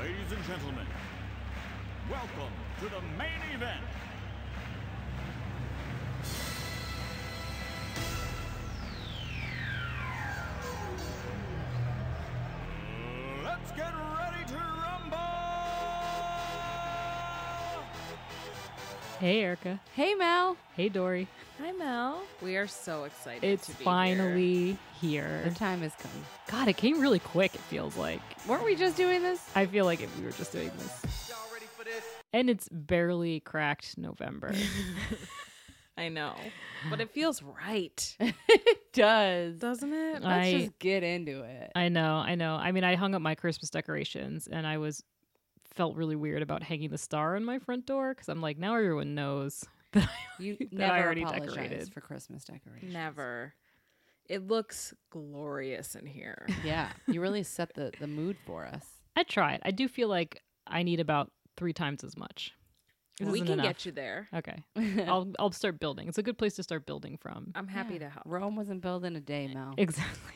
Ladies and gentlemen, welcome to the main event. Let's get ready to rumble! Hey, Erica. Hey Mel. Hey, Dory. Hi Mel. We are so excited. It's to be finally here. here. the time has come. God, it came really quick, it feels like. Weren't we just doing this? I feel like if we were just doing this. And it's barely cracked November. I know, but it feels right, it does. doesn't it? I- Let's just get into it. I know, I know. I mean, I hung up my Christmas decorations and I was felt really weird about hanging the star on my front door because I'm like, now everyone knows. You that I never already apologize decorated. for Christmas decorations. Never. It looks glorious in here. Yeah. you really set the the mood for us. I tried. I do feel like I need about three times as much. This We isn't can enough. Get you there. Okay. I'll I'll start building. It's a good place to start building from. I'm happy Yeah. to help. Rome wasn't built in a day, Mel. Exactly.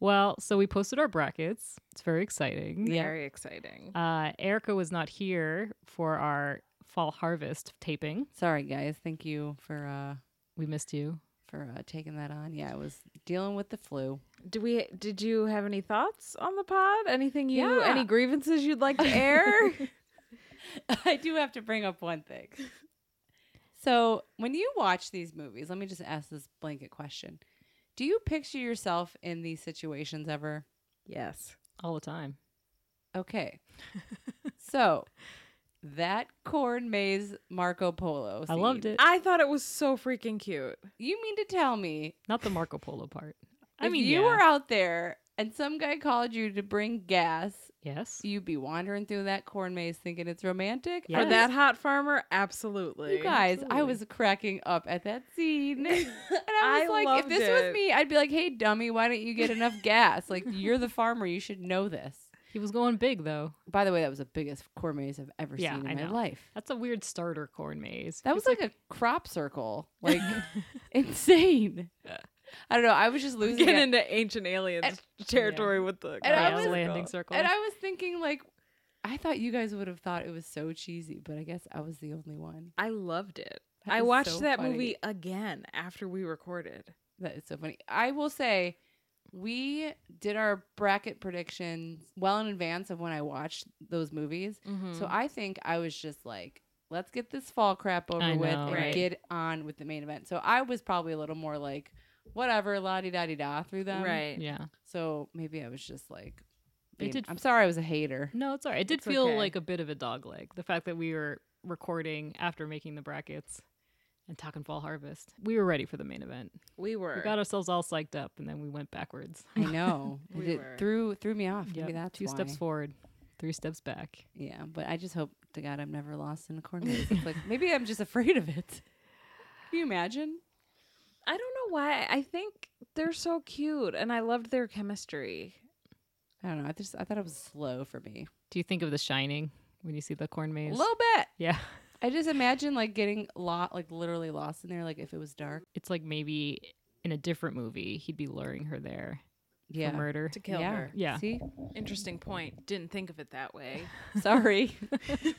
well, so we posted our brackets. It's very exciting. Very exciting. Uh, Erica was not here for our fall harvest taping. Sorry, guys. Thank you for uh We missed you. for uh, taking that on. Yeah, I was dealing with the flu. Do we did you have any thoughts on the pod? Anything you Yeah. any grievances you'd like to air? I do have to bring up one thing. So, when you watch these movies, let me just ask this blanket question. Do you picture yourself in these situations ever? yes. All the time. Okay. so, that corn maze Marco Polo. I loved scene, it. I thought it was so freaking cute. You mean to tell me Not the Marco Polo part. I I mean, mean, you yeah. were out there and some guy called you to bring gas, Yes. you'd be wandering through that corn maze thinking it's romantic? Yes. Or that hot farmer? Absolutely. You guys, I Absolutely. was cracking up at that scene. And I I was like, if loved this it. was me, I'd be like, hey, dummy, why don't you get enough gas? Like, you're the farmer. You should know this. He was going big, though. By the way, that was the biggest corn maze I've ever Yeah, seen I in my know. life. That's a weird starter corn maze. That was like, a crop circle. Like, insane. I don't know. I was just losing Get it. into ancient aliens territory with the and I Rail was- landing circle. And I was thinking, like, I thought you guys would have thought it was so cheesy, but I guess I was the only one. I loved it. That I is watched so that funny. movie again after we recorded. That is so funny. I will say, we did our bracket predictions well in advance of when I watched those movies. So Hmm. I think I was just like, let's get this fall crap over I with know. and Right. get on with the main event. So I was probably a little more like, whatever, la di da di da through them. right. yeah. So maybe I was just like, It being- did- I'm sorry, I was a hater. No, it's all right. It did It's feel okay. like a bit of a dog leg. The fact that we were recording after making the brackets and talking fall harvest. We were ready for the main event. We were. We got ourselves all psyched up and then we went backwards. I know. We it were. threw threw me off. Yep. Maybe that's two steps why. forward, three steps back. Yeah, but I just hope to God I'm never lost in a corn maze. It's like maybe I'm just afraid of it. Can you imagine? I don't know why. I think they're so cute, and I loved their chemistry. I don't know. I just I thought it was slow for me. Do you think of The Shining when you see the corn A maze? little bit. Yeah. I just imagine like getting lot like literally lost in there. Like if it was dark. It's like maybe in a different movie, he'd be luring her there for Yeah. murder. To kill yeah. her. Yeah. See. Interesting point. Didn't think of it that way. Sorry.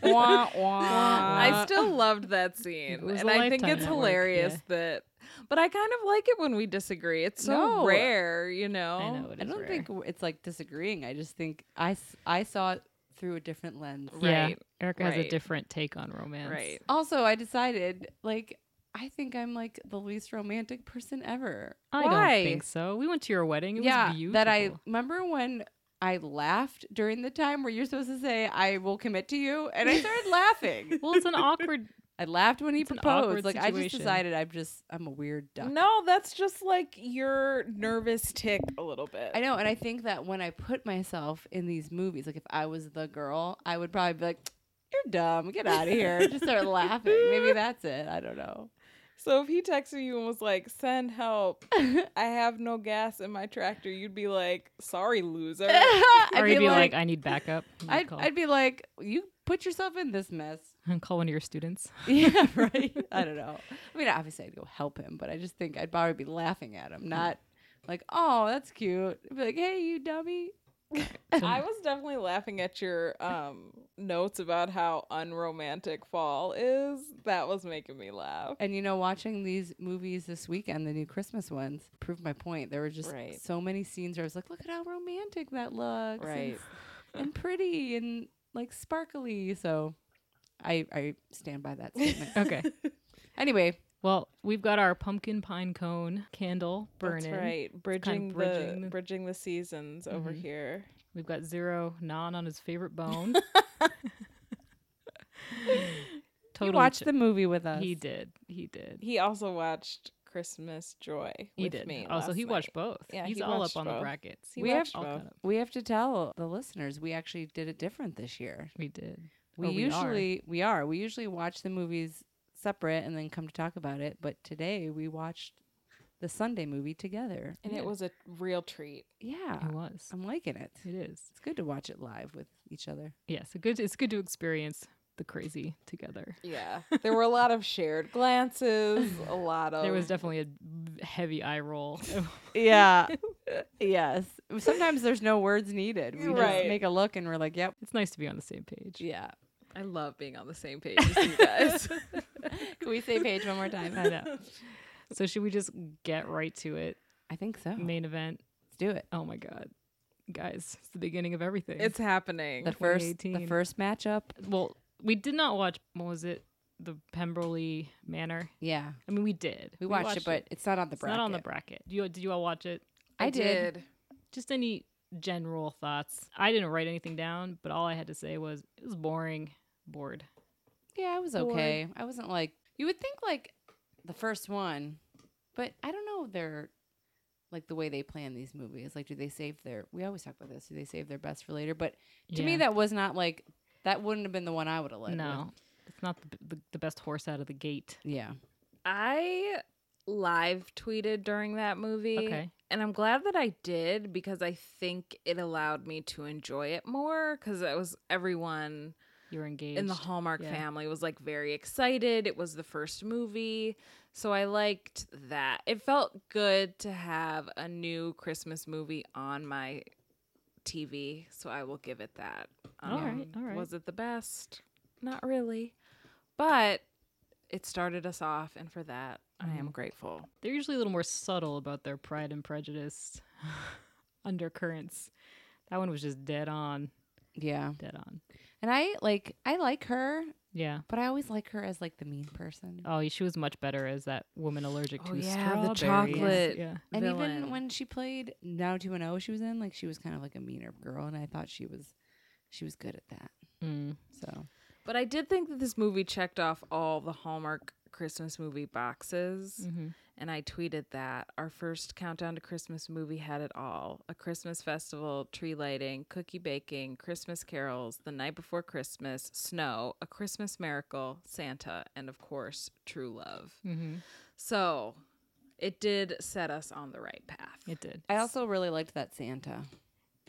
wah, wah. I still loved that scene, was and a I think Lifetime it's Network, hilarious yeah. that. But I kind of like it when we disagree. It's so No. rare, you know. I know it is. I don't rare. think w- it's like disagreeing. I just think I s- I saw it through a different lens. Yeah. Right. Erica has a right. different take on romance. Right. Also, I decided like I think I'm like the least romantic person ever. I Why? don't think so. We went to your wedding. It was beautiful. that I remember when I laughed during the time where you're supposed to say I will commit to you, and I started laughing. Well, it's an awkward. I laughed when he It's an awkward proposed. Like I just situation. decided I'm just I'm a weird duck. No, that's just like your nervous tick a little bit. I know, and I think that when I put myself in these movies, like if I was the girl, I would probably be like, "You're dumb, get out of here," and just start laughing. Maybe that's it. I don't know. So if he texted you and was like, "Send help, I have no gas in my tractor," you'd be like, "Sorry, loser." Or you'd be like, I need backup. You I'd, call, I'd be like, you put yourself in this mess. call one of your students. Yeah, right. I don't know. I mean, obviously, I'd go help him, but I just think I'd probably be laughing at him, not like, "Oh, that's cute." I'd be like, "Hey, you dummy." So- I was definitely laughing at your um, notes about how unromantic fall is. That was making me laugh. And you know, watching these movies this weekend, the new Christmas ones, proved my point. There were just Right. so many scenes where I was like, look at how romantic that looks. and Right. s- And, pretty and like sparkly. So I, I stand by that statement. okay. anyway, Well, we've got our pumpkin pine cone candle burning. That's right. Bridging, bridging the, the- bridging the seasons over Mhm. here. We've got Zero non on his favorite bone. you totally. watched ch- the movie with us. He did. He did. He also watched Christmas Joy He with did. me. also, last he watched night. both. Yeah, He's he all watched up on the both. brackets. He We have- watched all both. caught up. We have to tell the listeners we actually did it different this year. We did. Oh, We Or we are. usually we are. We usually watch the movies separate and then come to talk about it, but today we watched the Sunday movie together. And it was a real treat. Yeah. It was. I'm liking it. It is. It's good to watch it live with each other. Yes. a good. It's good to experience the crazy together. Yeah. There were a lot of shared glances, a lot of There was definitely a v- heavy eye roll. Yeah. yes. Sometimes there's no words needed. We just Right. make a look and we're like, yep. it's nice to be on the same page. Yeah. I love being on the same page as you guys. Can we say page one more time? I know. So should we just get right to it? I think Oh. so. Let's Main event. do it. Oh my god, guys, it's the beginning of everything. it's happening. The first the 2018. first matchup. well, we did not watch. What was it? The Pemberley Manor. Yeah. I mean, we did. We, watched, it, but it's not on the it's bracket. not on the bracket. You did you all watch it? I did. Just any general thoughts. I didn't write anything down, but all I had to say was it was boring, bored. Yeah, I was okay. I wasn't like you would think like the first one, but I don't know their like the way they plan these movies. Like, do they save their? We always talk about this. Do they save their best for later? But to me, Yeah. that was not like that. Wouldn't have been the one I would have led. no, it's not the, the, the best horse out of the gate. With. Yeah. I live tweeted during that movie. Okay, And I'm glad that I did because I think it allowed me to enjoy it more because it was everyone you're engaged. in the Hallmark yeah. family was like very excited. It was the first movie. So I liked that. It felt good to have a new Christmas movie on my TV. So I will give it that. Um, All right, all right. Was it the best? Not really. But it started us off. And for that, I Mm-hmm. am grateful. They're usually a little more subtle about their Pride and Prejudice undercurrents. That one was just dead on, Yeah. dead on. And I like I like her, Yeah. but I always like her as like the mean person. Oh, she was much better as that woman allergic Oh, to yeah, the strawberries. chocolate. Yeah. and even villain. when she played Now Two and O, she was in like she was kind of like a meaner girl, and I thought she was she was good at that. Mm. So But I did think that this movie checked off all the Hallmark Christmas movie boxes. Mhm. And I tweeted that our first countdown to Christmas movie had it all a Christmas festival, tree lighting, cookie baking, Christmas carols, the night before Christmas, snow, a Christmas miracle, Santa, and of course, true love. Mhm. So it did set us on the right path. It did. I also really liked that Santa.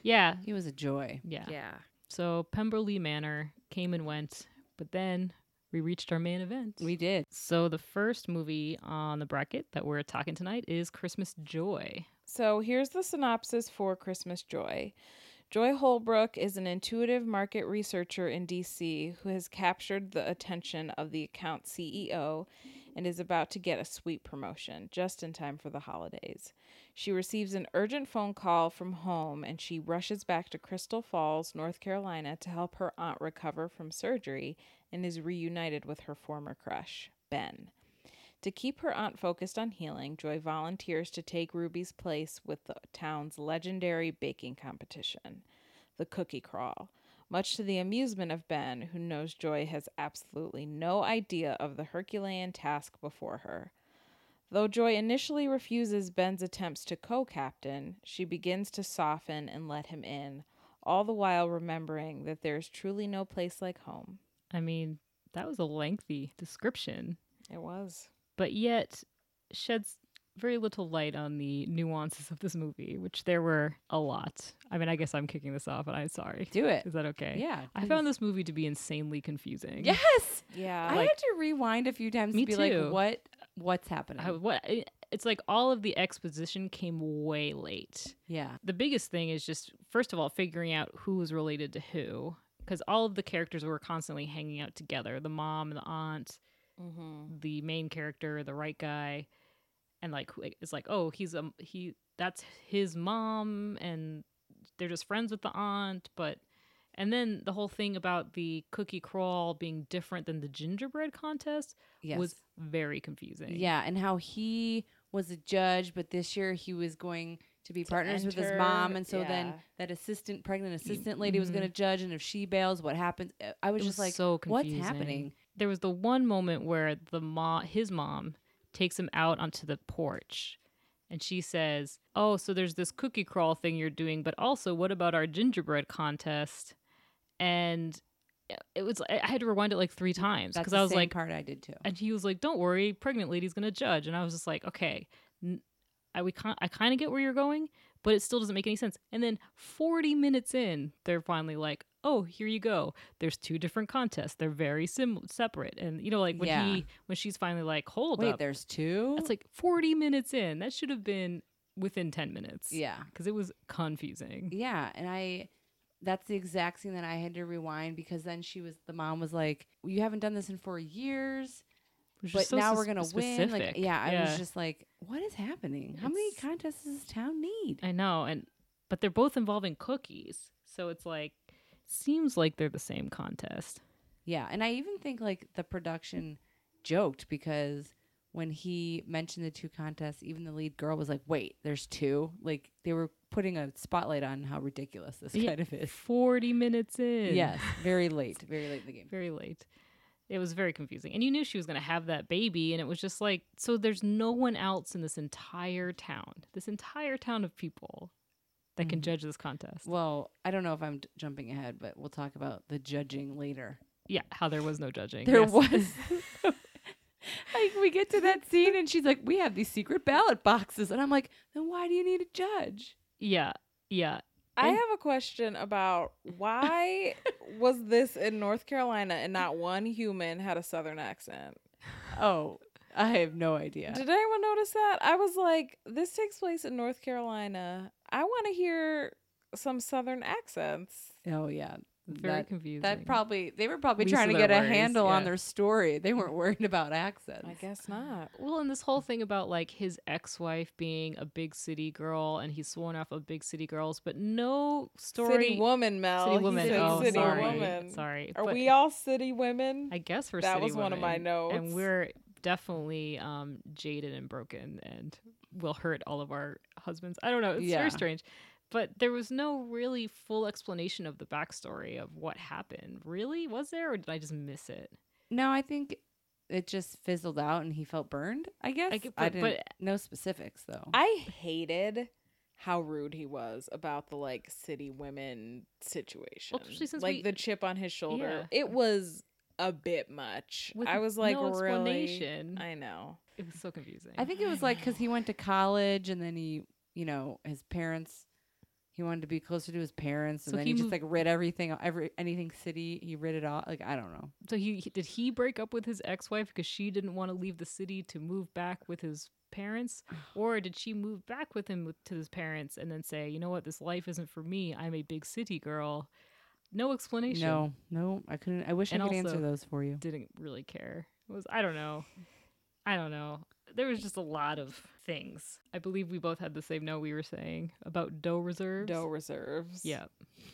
Yeah. He was a joy. Yeah. yeah. So Pemberley Manor came and went, but then we reached our main event. We did. so the first movie on the bracket that we're talking tonight is Christmas Joy. So here's the synopsis for Christmas Joy. Joy Holbrook is an intuitive market researcher in DC who has captured the attention of the account CEO and is about to get a sweet promotion just in time for the holidays. She receives an urgent phone call from home and she rushes back to Crystal Falls, North Carolina to help her aunt recover from surgery and is reunited with her former crush, Ben. To keep her aunt focused on healing, Joy volunteers to take Ruby's place with the town's legendary baking competition, the Cookie Crawl, much to the amusement of Ben, who knows Joy has absolutely no idea of the Herculean task before her. Though Joy initially refuses Ben's attempts to co captain, she begins to soften and let him in, all the while remembering that there is truly no place like home. I mean, that was a lengthy description. It was. but yet sheds very little light on the nuances of this movie, which there were a lot. I mean, I guess I'm kicking this off, and I'm sorry. Do it. Is that okay? Yeah, I found this movie to be insanely confusing. Yes. Yeah. I had to rewind a few times Me to be like, too. what what's happening? I, what? I- it's like all of the exposition came way late. Yeah. The biggest thing is just first of all figuring out who was related to who because all of the characters were constantly hanging out together, the mom and the aunt, Mm-hmm. the main character, the right guy, and like who- it's like oh he's um he that's his mom, and they're just friends with the aunt, but and then the whole thing about the cookie crawl being different than the gingerbread contest Yes. was very confusing. yeah, and how he was a judge, but this year he was going to be partners with his mom, enter- and so then yeah. that assistant, pregnant assistant lady was mhm. going to judge, and if she bails, what happens? Uh, I was It just was like, so what's confusing." happening? there was the one moment where the mom, his mom, takes him out onto the porch, and she says, "Oh, so there's this cookie crawl thing you're doing, but also what about our gingerbread contest?" And uh, it was I I had to rewind it like three times That's because the I was same like, part I did too. and he was like, "Don't worry, pregnant lady's gonna judge," and I was just like, "Okay." n- I, we kind I kind of get where you're going, but it still doesn't make any sense. And then 40 minutes in, they're finally like, "Oh, here you go. There's two different contests. They're very sim- separate." And you know, like when Yeah. he when she's finally like, "Hold Wait, up," there's two. that's like 40 minutes in. That should have been within 10 minutes. yeah, E, because it was confusing. yeah, and I. That's the exact scene that I had to rewind because then she was the mom was like, well, "You haven't done this in four years." It was but just so now we're s- gonna win. Like, specific. yeah, I was just like, what is happening? How many It's- contests does this town need? I know, and but they're both involving cookies, so it's like seems like they're the same contest. Yeah, and I even think like the production joked because when he mentioned the two contests, even the lead girl was like, "Wait, there's two? Like they were putting a spotlight on how ridiculous this Yeah. kind of is. Forty minutes in, Yes, very late, very late in the game. very late. It was very confusing, and you knew she was going to have that baby, and it was just like so. There's no one else in this entire town, this entire town of people, that can Mm-hmm. judge this contest. Well, I don't know if I'm d- jumping ahead, but we'll talk about the judging later. yeah, how there was no judging. There Yes. was. like we get to that scene and she's like, "We have these secret ballot boxes," and I'm like, "Then why do you need a judge?" yeah, yeah. I have a question about why was this in North Carolina and not one human had a Southern accent? Oh, I have no idea. Did anyone notice that? I was like, this takes place in North Carolina. I want to hear some Southern accents. oh yeah, Very that, confusing. that probably they were probably Least trying to of their get a worries, handle on yeah. their story. They weren't worried about accents. I guess not. Well, and this whole thing about like his ex-wife being a big city girl and he's sworn off of big city girls, but no story. City woman, Mel. City He woman. said Oh, city sorry. woman. Sorry. Are But we all city women? I guess we're That city was one of my women, And notes. we're definitely um, jaded and broken and will hurt all of our husbands. I don't know. It's Yeah. very strange. But there was no really full explanation of the backstory of what happened. Really? Was there or did I just miss it? No, I think it just fizzled out and he felt burned. I guess I, get- I but- didn't. but- no specifics though. I hated how rude he was about the like city women situation. especially since like we- the chip on his shoulder. Yeah. It was a bit much. With I was like, no really? explanation. I know. It was so confusing. I think it was like because he went to college and then he, you know, his parents. He wanted to be closer to his parents, and So then he he, just moved- like rid everything, every anything city. He rid it all. Like I don't know. so he he- did he break up with his ex-wife because she didn't want to leave the city to move back with his parents or did she move back with him with, to his parents and then say you know what this life isn't for me i'm a big city girl no explanation No, no, I couldn't. I wish And I could also- answer those for you. didn't really care it was i don't know i don't know there was just a lot of things i believe we both had the same note we were saying about dough reserves No reserves. yeah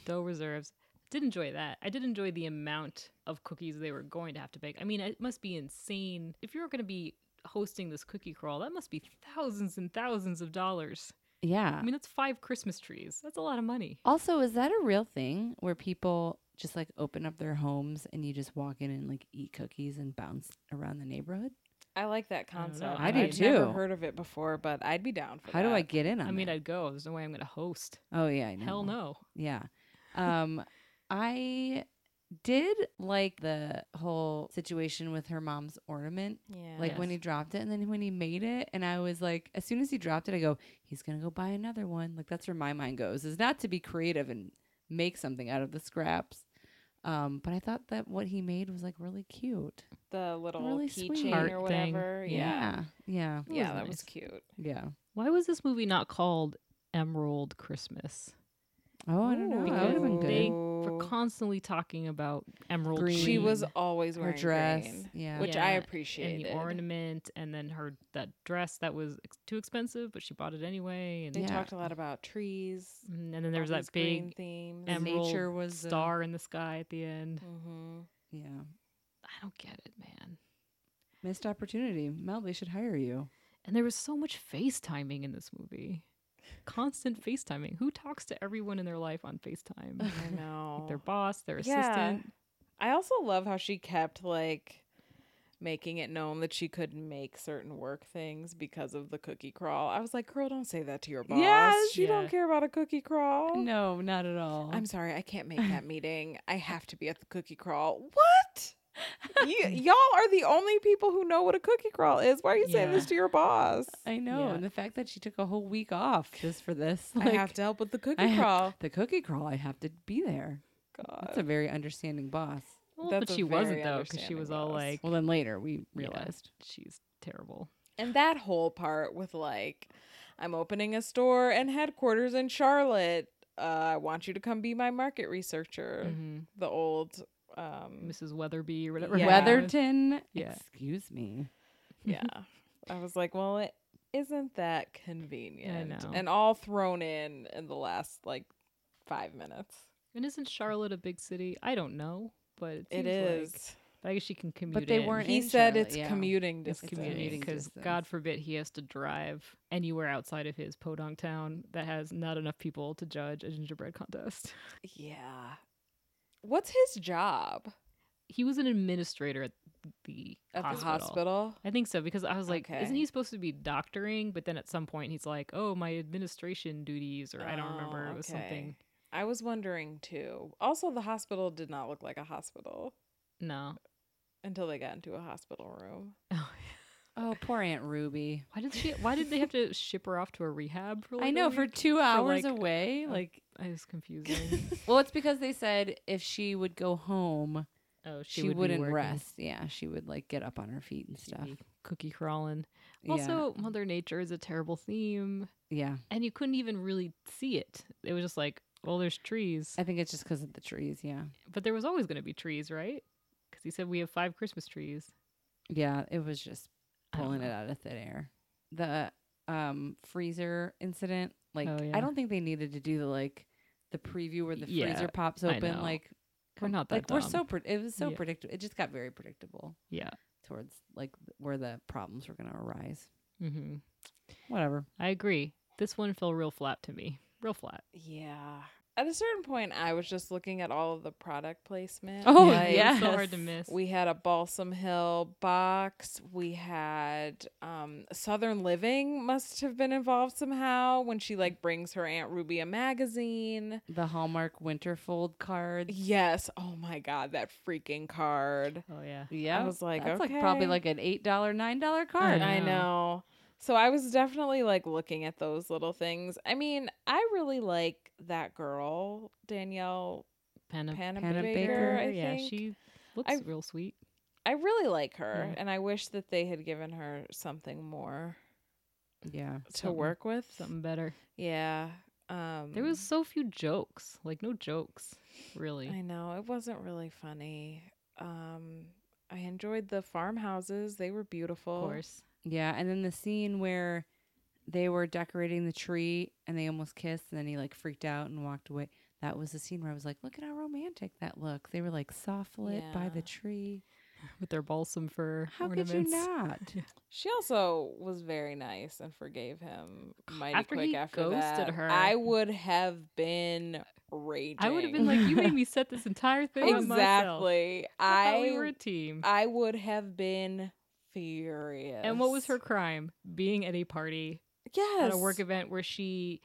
dough reserves did enjoy that i did enjoy the amount of cookies they were going to have to bake i mean it must be insane if you're going to be hosting this cookie crawl that must be thousands and thousands of dollars Yeah. i mean that's five christmas trees that's a lot of money Also, is that a real thing where people just like open up their homes and you just walk in and like eat cookies and bounce around the neighborhood? I like that don't know. concept. I do have never too. heard of it before, but I'd be down for How that. do I get in on? i mean that? i'd go there's no way i'm going to host oh yeah, I know. hell no Yeah. Um, I did like the whole situation with her mom's ornament. Yeah. Like when Yes. he dropped it and then when he made it and I was like as soon as he dropped it I go he's going to go buy another one. Like that's where my mind goes. Is not to be creative and make something out of the scraps. Um but I thought that what he made was like really cute. the little Really sweet. keychain Heart or thing. whatever. Yeah. Yeah. Yeah, was that nice. was cute. Yeah. Why was this movie not called Emerald Christmas? Oh, I don't know. That would have been Because good. They Oh. were constantly talking about emerald. Green. She was green always Her wearing dress, green, yeah. which I Yeah, and the and appreciated. the ornament, and then her that dress that was ex- too expensive, but she bought it anyway. And They Yeah. talked a lot about trees. Mm, and then there was all that these green big themes. em- emerald Nature was, uh, star in the sky at the end. Mhm. Yeah. I don't get it, man. Missed opportunity. Mel, they should hire you. And there was so much FaceTiming in this movie. Constant FaceTiming. Who talks to everyone in their life on FaceTime? I know. Like their boss, their Yeah. assistant. I also love how she kept like making it known that she couldn't make certain work things because of the cookie crawl. I was like, girl, don't say that to your boss. Yes. She don't Yeah. care about a cookie crawl. No, not at all. I'm sorry, I can't make that meeting. I have to be at the cookie crawl. What? you, y'all are the only people who know what a cookie crawl is. Why are you saying Yeah. this to your boss? I know. Yeah. And the fact that she took a whole week off just for this. I have to help with the cookie I have- crawl. the cookie crawl. I have to be there. God. That's a very understanding boss. Well, That's but a she very wasn't though, because she understanding was all boss. like, Well, then later we yeah, realized. she's terrible. And that whole part with like, I'm opening a store and headquarters in Charlotte. Uh, I want you to come be my market researcher. Mhm. The old, um, Mrs. Weatherby or whatever. her Yeah. name is. Weatherton. Yeah. Excuse me. yeah. I was like, well, it isn't that convenient. know. And all thrown in in the last like five minutes. And isn't Charlotte a big city? I don't know, but it, It seems is. Like, but I guess she can commute. they in. weren't- Or he in said Charlotte, it's yeah. commuting It's distance. commuting commuting because distance. God forbid he has to drive anywhere outside of his podunk town that has not enough people to judge a gingerbread contest. Yeah. What's his job He was an administrator at the at hospital. the hospital? I think so because I was like, Okay. isn't he supposed to be doctoring? But then at some point he's like, oh, my administration duties, or I don't remember. Oh, It was okay. something. I was wondering too. Also, the hospital did not look like a hospital No. until they got into a hospital room. Oh, Oh, poor Aunt Ruby. why did she? Why did they have to ship her off to a rehab for? Like I a know for week? two hours like, away. Like, I was confusing. well, it's because they said if she would go home, oh, she, she, would be wouldn't working. rest. Yeah, she would like get up on her feet and She'd stuff. be Cookie crawling. Yeah. Also, Mother Nature is a terrible theme, yeah, and you couldn't even really see it. It was just like, well, there's trees, I think it's just because of the trees. Yeah, but there was always going to be trees, right? Because he said we have five Christmas trees. yeah, it was just I don't pulling it know. out of thin air. The um freezer incident. Like, Oh, I yeah. don't think they needed to do the like the preview where the Yeah, freezer pops I open. know. Like, We're come- not like that we're so dumb. pre- it was so Yeah. predictable. It just got very predictable Yeah. towards like th- where the problems were going to arise. hmm Whatever. I agree. This one fell real flat to me. Real flat. Yeah. At a certain point, I was just looking at all of the product placement. Oh, Like, yeah. yes. It's so hard to miss. We had a Balsam Hill box. We had um, Southern Living must have been involved somehow when she like brings her Aunt Ruby a magazine. The Hallmark Winterfold cards. Yes. Oh my God, that freaking card. oh yeah. Yeah, was like, that's like probably okay. like an eight dollar, nine dollar card. I know. know. So I was definitely like looking at those little things. I mean, I really like that girl, Danielle Panna, Panna Panna Baker, Baker, I yeah, think. she looks I- real sweet. I really like her, Yeah. and I wish that they had given her something more Yeah, to Something- work with. Something better. Yeah. Um, There was Mm. so few jokes. Like no jokes, really. I know it wasn't really funny. Um, I enjoyed the farmhouses; they were beautiful. of course. yeah. And then the scene where they were decorating the tree and they almost kissed, and then he like freaked out and walked away. That was the scene where I was like, look at how romantic that looks. They were like soft lit by the Yeah. tree. With their balsam fur How ornaments. could you not? She also was very nice and forgave him mighty After quick he after ghosted that. her. I would have been raging. I would have been like, you made me set this entire thing up myself. exactly. I, I thought we were a team. I would have been furious. and what was her crime? Being at a party yes at a work event where she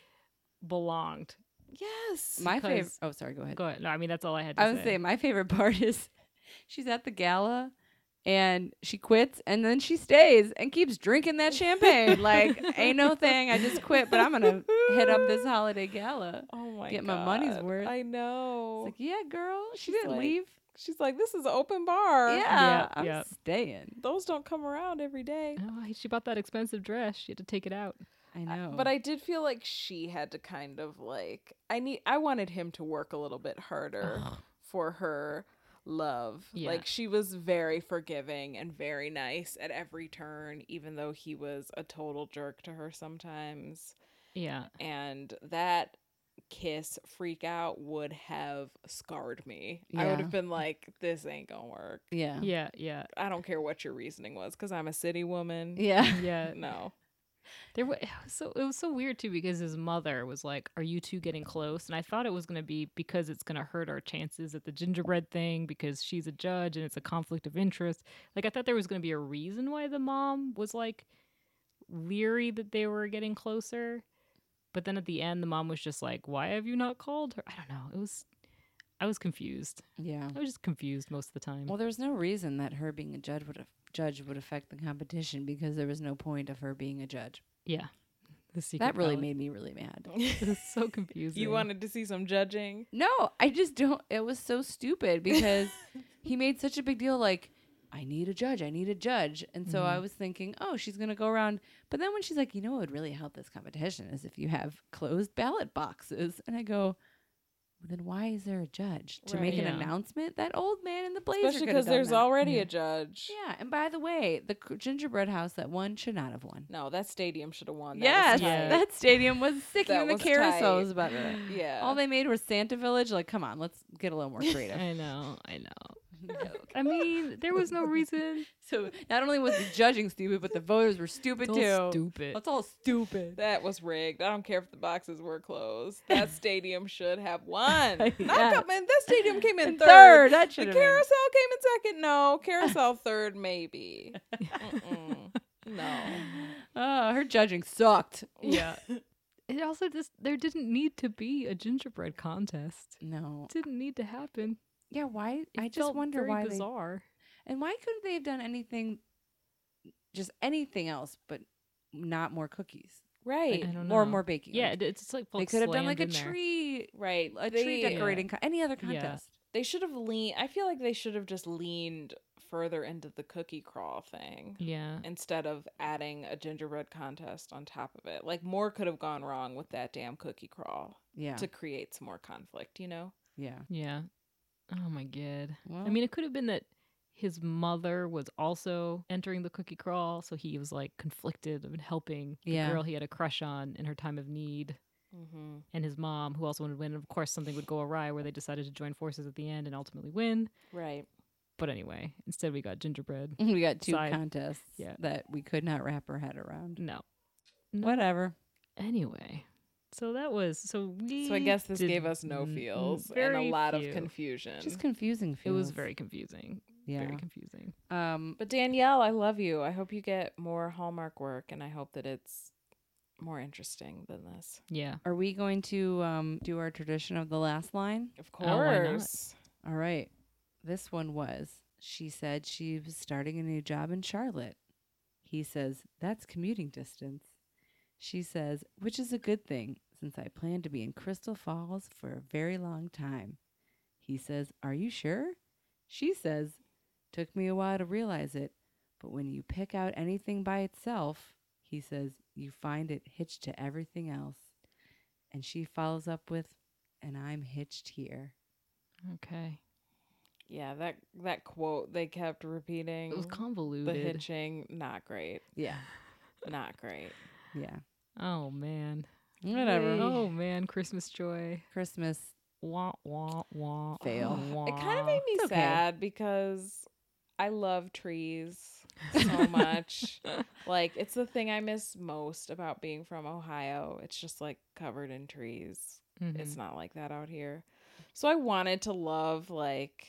belonged. Yes. My favorite. Because- Oh, sorry. Go ahead. Go ahead. No, I mean that's all I had to I was say. saying my favorite part is she's at the gala and she quits and then she stays and keeps drinking that champagne. like, ain't no thing. I just quit, but I'm gonna hit up this holiday gala. oh my Get my money's God. worth. I It's know. like, yeah, girl, she Oh. She's didn't like- leave. She's like, this is an open bar. Yeah, Yeah, I'm yeah. staying. Those don't come around every day. Oh, I- she bought that expensive dress. She had to take it out. I know. But I did feel like she had to kind of like I need I wanted him to work a little bit harder for her love. Yeah. Like she was very forgiving and very nice at every turn even though he was a total jerk to her sometimes. Yeah. And that kiss freak out would have scarred me. I would Yeah. have been like this ain't going to work. yeah. Yeah. Yeah. I don't care what your reasoning was cuz I'm a city woman. Yeah. Yeah. No. There was so it was so weird too because his mother was like, "Are you two getting close?" And I thought it was going to be because it's going to hurt our chances at the gingerbread thing because she's a judge and it's a conflict of interest. Like I thought there was going to be a reason why the mom was like leery that they were getting closer. But then at the end the mom was just like, "Why have you not called her?" I don't know. It was I was confused. Yeah. I was just confused most of the time. Well, there was no reason that her being a judge would af- judge would affect the competition because there was no point of her being a judge. yeah. The secret That really ballot. made me really mad. it was so confusing. You wanted to see some judging? No, I just don't. It was so stupid because he made such a big deal. Like, I need a judge. I need a judge. And so Mm-hmm. I was thinking, oh, she's gonna go around. But then when she's like, you know, what would really help this competition is if you have closed ballot boxes. And I go. Then why is there a judge to Right. make an Yeah. announcement? That old man in the blazer, Especially because there's already already. Yeah. a judge. Yeah, and by the way, the c- gingerbread house that won should not have won. No, that stadium should have won. That was yes, tight. that stadium was sick. That Even the was carousel tight. was better. tight. yeah. All they made was Santa Village. Like, come on, let's get a little more creative. I know. I know. I mean, there was no reason. so not only was the judging stupid, but the voters were stupid It's too. all stupid. That's all stupid. that was rigged. I don't care if the boxes were closed. That stadium should have won. Not Yeah. coming. That stadium came in And third. third, that the should carousel have came in second. No, carousel third maybe. Mm-mm. No. Oh, her judging sucked. Yeah. It also just there didn't need to be a gingerbread contest. No. It didn't need to happen. Yeah, why? It I just felt wonder very why bizarre. they and why couldn't they have done anything, just anything else, but not more cookies Right. I don't know. or more baking. Yeah, Like, it- it's just like they could have done like a slammed in there. tree Right. a They- tree decorating co- any other Yeah. contest. They should have leaned. I feel like they should have just leaned further into the cookie crawl thing. Mm. Yeah. instead of adding a gingerbread contest on top of it. Like more could have gone wrong with that damn cookie crawl Yeah. to create some more conflict, you know? yeah. Yeah. Oh my god. Well, I mean, it could have been that his mother was also entering the cookie crawl, so he was like conflicted of helping Yeah. the girl he had a crush on in her time of need. Mm-hmm. and his mom, who also wanted to win. And of course, something would go awry where they decided to join forces at the end and ultimately win. Right. But anyway, instead we got gingerbread. we got two Side. contests Yeah. that we could not wrap our head around. No. No. Whatever. Anyway, so that was so we. So I guess this did gave us no n- feels and very a lot few. of confusion. Just confusing. It was feels. very confusing. yeah. Very confusing. um. but Danielle, I love you. I hope you get more Hallmark work and I hope that it's more interesting than this. Yeah. Are we going to um do our tradition of the last line? Of Oh, why not? course. All right. This one was. She said she was starting a new job in Charlotte. He says that's commuting distance. She says, which is a good thing since I plan to be in Crystal Falls for a very long time. He says, Are you sure? She says, Took me a while to realize it, but when you pick out anything by itself, he says, you find it hitched to everything else. And she follows up with, And I'm hitched here. Okay. yeah, that that quote they kept repeating. It was Mm-hmm. the convoluted. hitching, not great. Yeah. Not great. Yeah. Oh man. Whatever. Oh man. Christmas joy. Christmas. Wah wah wah. Fail. Wah. It kind of made me It's okay. sad because I love trees so much. like it's the thing I miss most about being from Ohio. It's just like covered in trees. Mhm. Mm-hmm. It's not like that out here. So I wanted to love like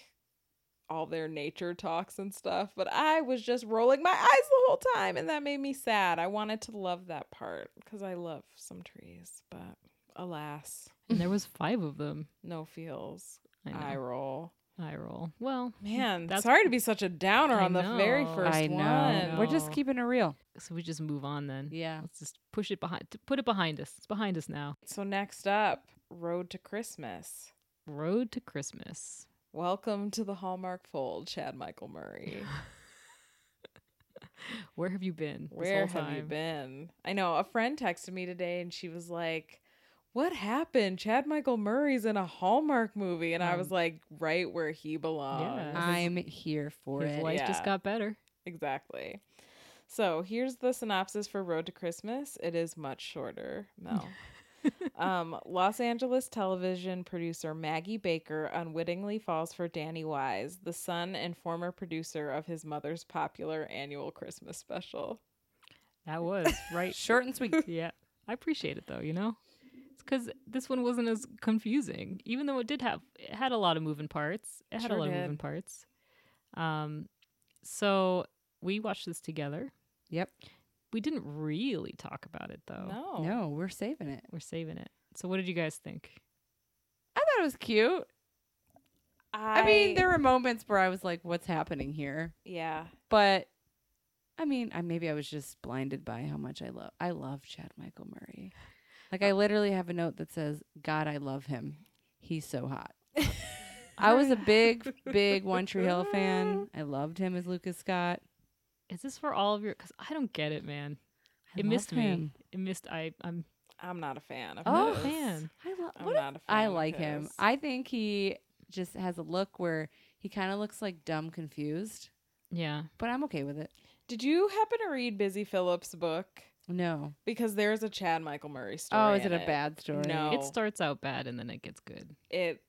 all their nature talks and stuff, but I was just rolling my eyes the whole time and that made me sad. I wanted to love that part cuz I love some trees, but alas, And there was five of them. no feels. I know. I roll. I roll. Well, Man, That's- sorry to be such a downer I on the very know. first I one. know. We're just No. keeping it real. so we just move on then. Yeah. Let's just push it behind. Put it behind us. It's behind us now. So next up, Road to Christmas. Road to Christmas. Welcome to the Hallmark fold, Chad Michael Murray. Where have you been? this Where whole have you time? been? I know a friend texted me today and she was like, What happened? Chad Michael Murray's in a Hallmark movie. And I Um, was like, Right where he belongs. Yeah. I'm here for His it. life Yeah. just got better. Exactly. So here's the synopsis for Road to Christmas. It is much shorter, Mel. um, Los Angeles television producer Maggie Baker unwittingly falls for Danny Wise, the son and former producer of his mother's popular annual Christmas special. That was right. Short and sweet. Yeah. I appreciate it though, you know? It's because this one wasn't as confusing, even though it did have, it had a lot of moving parts. It had Sure a lot did. of moving parts. Um, so we watched this together. Yep. We didn't really talk about it though. No. Oh, No, we're saving it. We're saving it. So what did you guys think? I thought it was cute. I, mean, there were moments where I was like, what's happening here? Yeah. But I mean, I maybe I was just blinded by how much I love I love Chad Michael Murray. Like I literally have a note that says, "God, I love him. He's so hot." I was a big big One Tree Hill fan. I loved him as Lucas Scott. Is this for all of your? Because I don't get it, man. I it missed love him. me. It missed. I. I'm I'm not a fan of not Oh. a his. fan. I love I'm what a not a fan. I of like him. his. I think he just has a look where he kind of looks like dumb confused, Yeah. but I'm okay with it. Did you happen to read Busy Phillips' book? No. Because there's a Chad Michael Murray story. Oh, is it in a bad story? No. It starts out bad and then it gets good. It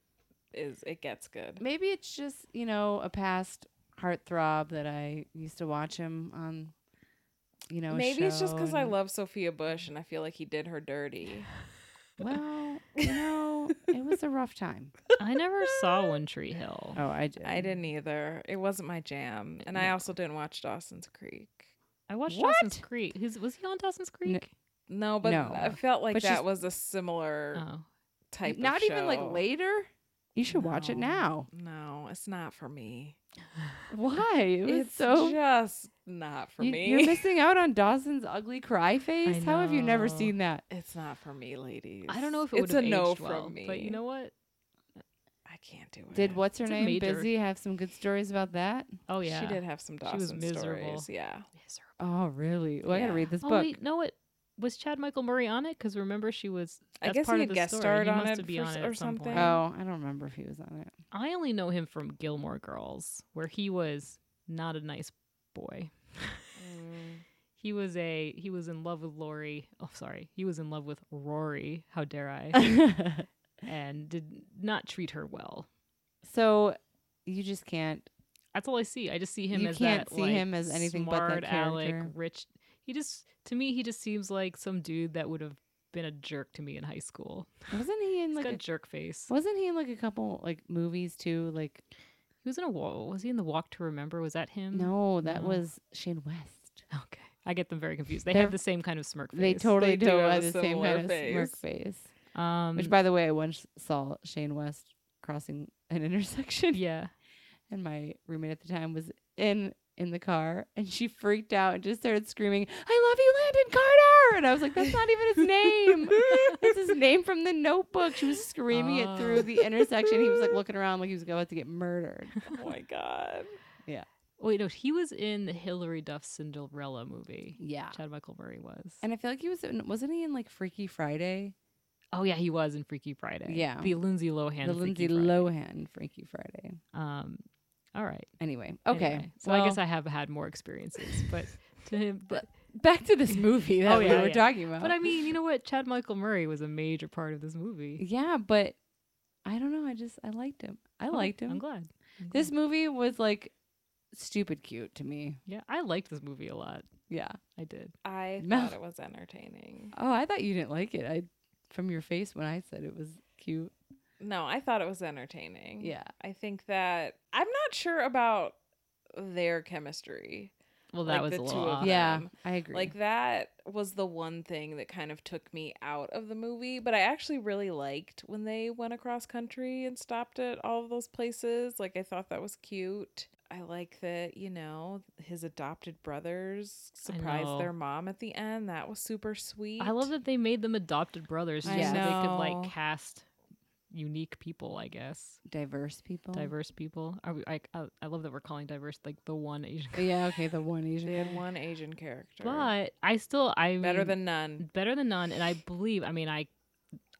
is. It gets good. Maybe it's just, you know, a past heartthrob that I used to watch him on, you know, a Maybe it's just show because I and- love Sophia Bush and I feel like he did her dirty. Well, you know, it was a rough time. I never saw One Tree Hill. Oh, I did. I didn't either. It wasn't my jam, and I also didn't watch Dawson's Creek. I watched What? Dawson's Creek. Who's, was he on Dawson's Creek? No, but No. I felt like But that she's- Uh, was a similar Oh, type. Not of even like show. later. You should watch it No. now. No, it's not for me. Why? It was It's so just not for you, me. You're missing out on Dawson's ugly cry face. How have you never know. seen that? it's not for me, ladies. I don't know if it it's would have a no aged well, from me. but you know what? I can't do it. Did what's her It's a name major- Busy have some good stories about that? Oh yeah, She did have some She was Dawson miserable. stories. Yeah. Miserable. Oh, really? Well, I Yeah. gotta read this Oh book. wait, no, it was Chad Michael Murray on it because remember she was. I that's guess part he of had the guest story. starred He on must it have been for on s- it or at some point. something. Oh, I don't remember if he was on it. I only know him from Gilmore Girls, where he was not a nice boy. He was a he was in love with Lori. Oh, sorry, he was in love with Rory. How dare I? and did not treat her well. so you just can't. That's all I see. I just see him You as can't that, see like, him as anything but that smart aleck, character. rich. He just to me he just seems like some dude that would have been a jerk to me in high school. Wasn't he in He's like? got a A, jerk face. wasn't he in like a couple like movies too? Like He was in a wa- was he in the Walk to Remember? Was that him? Mm, no, that No. was Shane West. Okay. I get them very confused. They They're- have the same kind of smirk face. They totally do do have have a the same similar kind of smirk face. face. Mm. um Which, by the way, I once saw Shane West crossing an intersection. yeah. and my roommate at the time was in in the car and she freaked out and just started screaming i love you landon carter and i was like that's not even his name that's his name from the notebook she was screaming it Oh. through the intersection he was like looking around like he was about to get murdered Oh my god. Wait, no, he was in the Hillary Duff Cinderella movie. yeah Chad Michael Murray was. and i feel like he was in, wasn't he in like freaky friday oh yeah, he was in Freaky Friday. Yeah. The Lindsay Lohan. the Freaky lindsay Friday. lohan freaky friday Um all right. anyway okay Anyway, so I guess I have had more experiences, but to him, but, back to this movie that Oh, we yeah, were yeah. talking about but I mean, you know what? Chad Michael Murray was a major part of this movie. yeah but i don't know i just i liked him i liked him I'm glad. I'm This glad. movie was like stupid cute to me. yeah, I liked this movie a lot. Yeah. I did. I No. thought it was entertaining. Oh, I thought you didn't like it. I from your face when I said it was cute. No, I thought it was entertaining. Yeah. I think that I'm not sure about their chemistry. Well, Like that was the a two little of off. them. Yeah, I agree. Like that was the one thing that kind of took me out of the movie, but I actually really liked when they went across country and stopped at all of those places. Like I thought that was cute. I like that, you know, his adopted brothers surprised know. their mom at the end. That was super sweet. I love that they made them adopted brothers I just so they could know. like cast unique people, I guess. Diverse people. Diverse people. Are we, I, I I love that we're calling diverse like the one Asian. Yeah. Okay. The one They Asian. had one Asian character. But I still I better mean, than none. better than none and i believe i mean i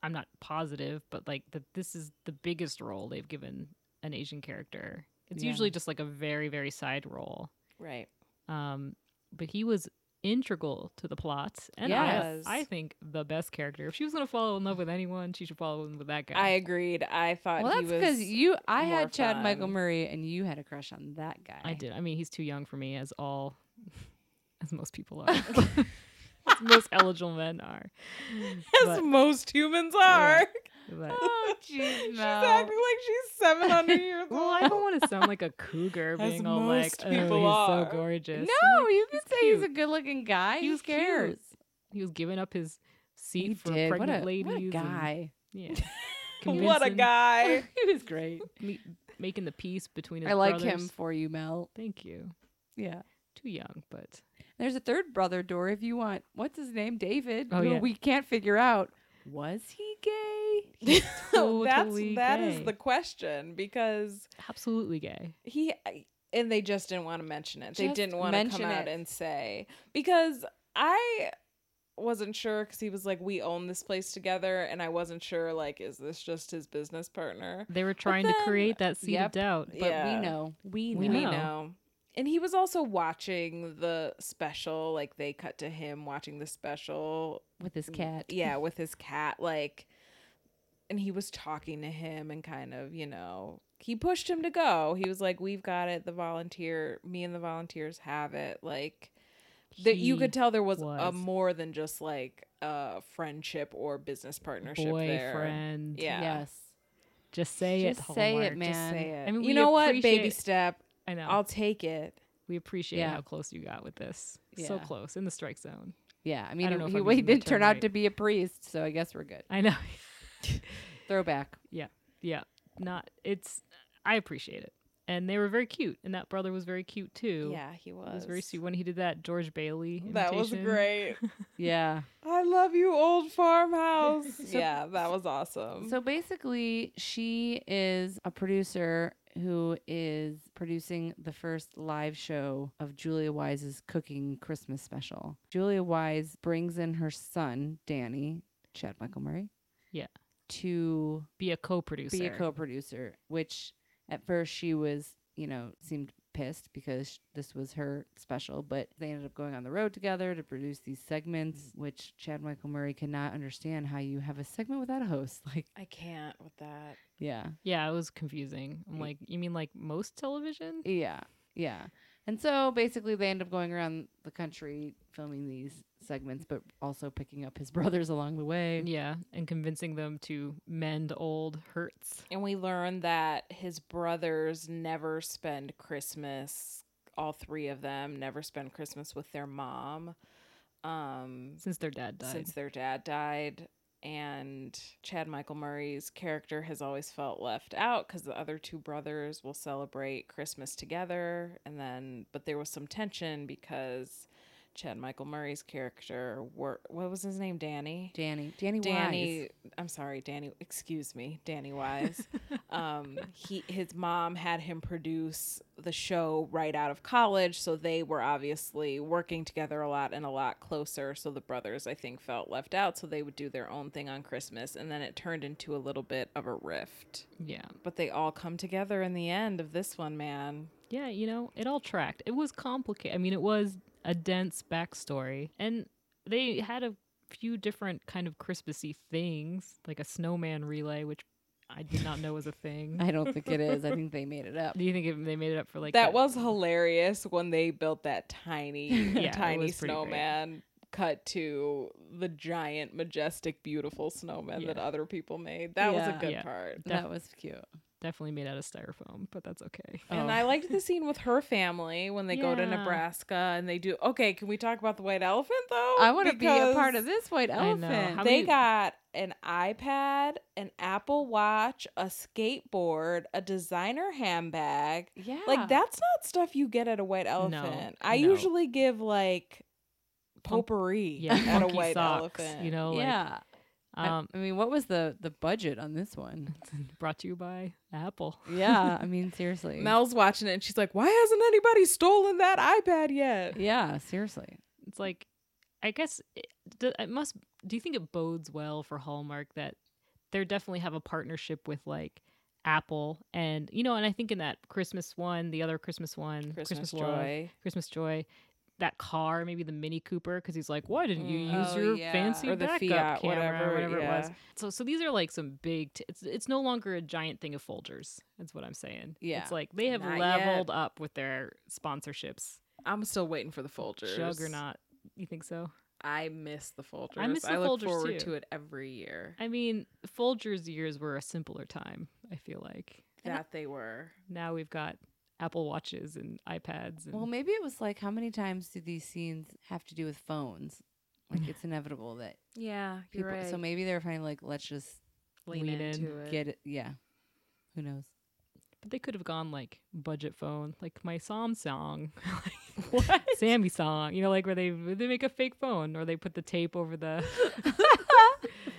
i'm not positive but like that this is the biggest role they've given an asian character it's Yeah. usually just like a very very side role Right. um but he was integral to the plot and Yes. I, I think the best character if she was going to fall in love with anyone she should fall in love with that I guy agreed. I thought Well, he that's was because you. I more had Chad Michael fun. Murray, and you had a crush on that guy. I did i mean he's too young for me as all as most people are as most eligible men are as But- most humans are. but Oh, jeez, She's Mel. acting like she's 700 years Well, old. I don't want to sound like a cougar As being all like, most oh, he's people so are." gorgeous. No, you could say he's a cute. good-looking guy. He Who was cute. cares? He was giving up his seat He for did. What pregnant a, ladies. what a and- guy. yeah. what a Convincing- guy. he was great. me- making the peace between his I like brothers. him for you, Mel. Thank you. Yeah. Too young, but There's a third brother, Dor, if you want. What's his name? David. Oh, who yeah. we can't figure out. Was he gay? totally That's that is gay. the question because absolutely gay. he and they just didn't want to mention it. They Just didn't want to come mention out it. and say because I wasn't sure because he was like we own this place together and I wasn't sure like is this just his business partner? They were trying to then- create that seed Yep. of doubt. But Yeah. we know. We know. We We know. know. And he was also watching the special, like they cut to him watching the special With his cat. Mm, yeah with his cat like and he was talking to him and kind of you know he pushed him to go he was like we've got it the volunteer me and the volunteers have it like that you He could tell there was, a was. more than just like a friendship or business partnership there Boyfriend. yeah, Yes. Just say it. Just say it, Hallmark. man. Just say it. I mean, you we know what baby appreciate- step I know. i'll take it we appreciate Yeah. how close you got with this. So Yeah. close in the strike zone. Yeah. I mean, don't know if he, I'm well, he using that didn't term turn out right. to be a priest, so I guess we're good. I know. Throwback. Yeah. Not it's I appreciate it. And they were very cute. And that brother was very cute too. yeah he was, It was very sweet when he did that George Bailey. that was imitation. great Yeah. i love you old farmhouse yeah that was awesome So basically, she is a producer who is producing the first live show of Julia Wise's cooking Christmas special. Julia Wise brings in her son, Danny, Chad Michael Murray. Yeah. To Be a co producer. be a co producer, which at first she was, you know, seemed pissed because this was her special, but they ended up going on the road together to produce these segments, which Chad Michael Murray cannot understand how you have a segment without a host. Like, i can't with that yeah. Yeah, it was confusing. I'm like, you mean like most television? Yeah, yeah. And so basically, they end up going around the country filming these segments, but also picking up his brothers along the way. Yeah. And convincing them to mend old hurts. And we learn that his brothers never spend Christmas, all three of them never spend Christmas with their mom um, Since their dad died. since their dad died. And Chad Michael Murray's character has always felt left out because the other two brothers will celebrate Christmas together. And then, but there was some tension because Chad Michael Murray's character, wor- what was his name? Danny? Danny, Danny, Danny, Wise. I'm sorry, Danny. Excuse me, Danny Wise. um, he his mom had him produce the show right out of college, so they were obviously working together a lot and a lot closer. So the brothers, I think, felt left out, so they would do their own thing on Christmas, and then it turned into a little bit of a rift. yeah. But they all come together in the end of this one, man. Yeah, you know, it all tracked. It was complicated. I mean, it was a dense backstory, and they had a few different kind of Christmassy things, like a snowman relay, which I did not know was a thing. I don't think it is. I think they made it up. Do you think it, they made it up for like that was hilarious when they built that tiny, Yeah, it tiny was pretty great. snowman. Cut to the giant, majestic, beautiful snowman that Yeah. other people made. That was a Yeah. good Yeah. part. That was cute. definitely made out of styrofoam? But that's okay. Oh. And I liked the scene with her family when they go to Yeah. Nebraska and they do. Okay, can we talk about the white elephant though? I want to be a part Because- of this white I elephant. know. How they many- got an iPad, an Apple Watch, a skateboard, a designer handbag. yeah, Like that's not stuff you get at a white elephant. I no. usually give like Punk- potpourri Yeah, at a funky white socks. elephant. You know, Oh, like yeah, I- Um, I, mean, what was the the budget on this one? brought to you by Apple. Yeah, I mean, seriously. Mel's watching it and she's like, "Why hasn't anybody stolen that iPad yet?" Yeah, seriously. It's like, I guess it, d- it must. Do you think it bodes well for Hallmark that they definitely have a partnership with like Apple and you know, and I think in that Christmas one, the other Christmas one, Christmas Love, Joy. Christmas Joy. That car, maybe the Mini Cooper, because he's like, "Why didn't you Mm. use Oh, your yeah. fancy Or the backup Fiat, camera, whatever, or whatever it was?" yeah. So, so these are like some big. T- it's it's no longer a giant thing of Folgers. That's what I'm saying. Yeah. it's like they have Not yet. leveled up with their sponsorships. I'm still waiting for the Folgers. Juggernaut. You think so? I miss the Folgers. I miss the look Folgers, forward too. to it every year. I mean, Folger's years were a simpler time, I feel like. that they were. Now we've got Apple Watches and iPads. And, Well, maybe it was like, how many times do these scenes have to do with phones? Mm. Like, it's inevitable that Yeah, people. So maybe they're finally like, let's just lean into it. get it. Yeah, who knows? but they could have gone like budget phone, like my Samsung. what? Sammy song, you know, like where they they make a fake phone or they put the tape over the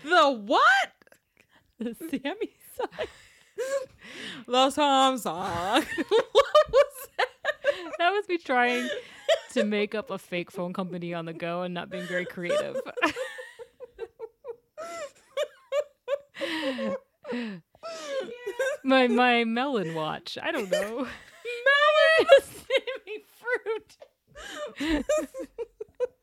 the what? Sammy song. The Samsung. what was that? That was me trying to make up a fake phone company on the go and not being very creative. my my melon watch. I don't know. melon Sammy fruit.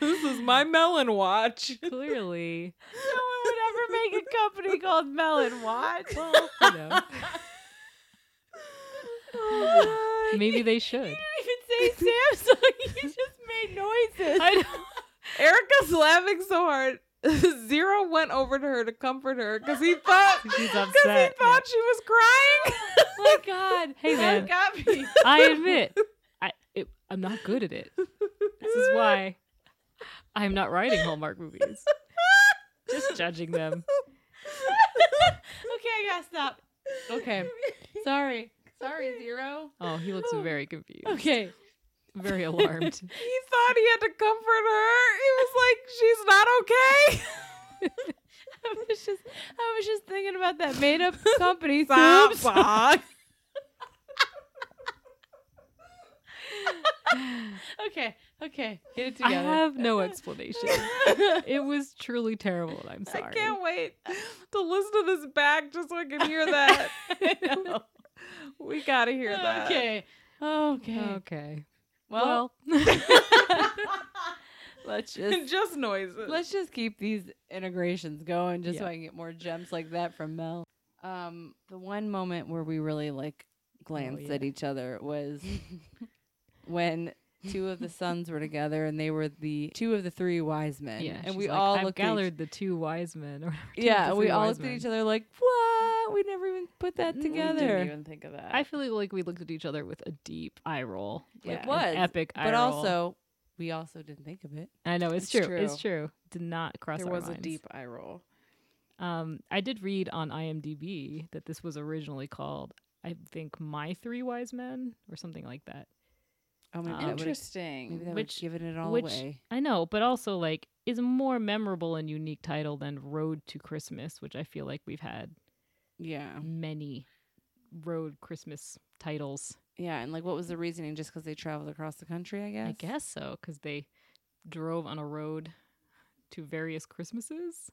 this is my melon watch. Clearly. No one would ever make a company called Melon Watch. Well, you know, maybe they should. didn't even say Samsung. You just made noises. I know. Erica's laughing so hard. Zero went over to her to comfort her because he thought She's Because he upset, thought she was crying. Oh my God! Hey man, got me. I admit, I it, I'm not good at it. This is why I'm not writing Hallmark movies. Just judging them. okay, I gotta stop. Okay, sorry, sorry, zero. Oh, he looks very confused, Okay, very alarmed. He thought he had to comfort her. He was like, she's not okay. I was just, I was just thinking about that made-up company. Oops. Samsung. Okay, okay, get it I together. have no explanation. It was truly terrible, and I'm sorry. I can't wait to listen to this back just so I can hear that. we gotta hear that. okay, okay. Okay. Oh, well, Well, let's just And just noises. Let's just keep these integrations going just so Yeah. I can get more gems like that from Mel. Um, the one moment where we really like glanced at yeah. each other was when two of the sons were together and they were the two of the three wise men. yeah. and she's we like, all I've looked gathered at the two wise men. Or whatever, two each, of Yeah, the we three all wise looked at men. each other like, What? We never even put that I together. Mm, didn't even think of that. I feel like we looked at each other with a deep eye roll. It Like an was, epic eye but roll. also we also didn't think of it. I know it's, It's true. It's true. Did not cross there our was minds. a deep eye roll. Um, I did read on IMDb that this was originally called, I think, My Three Wise Men or something like that. Oh my Um, god. Maybe Interesting. that Which- was giving it all which away. I know, but also like is a more memorable and unique title than Road to Christmas, which I feel like we've had Oh. Yeah. many road Christmas titles. Yeah, and like, what was the reasoning? Just because they traveled across the country, I guess. I guess so, because they drove on a road to various Christmases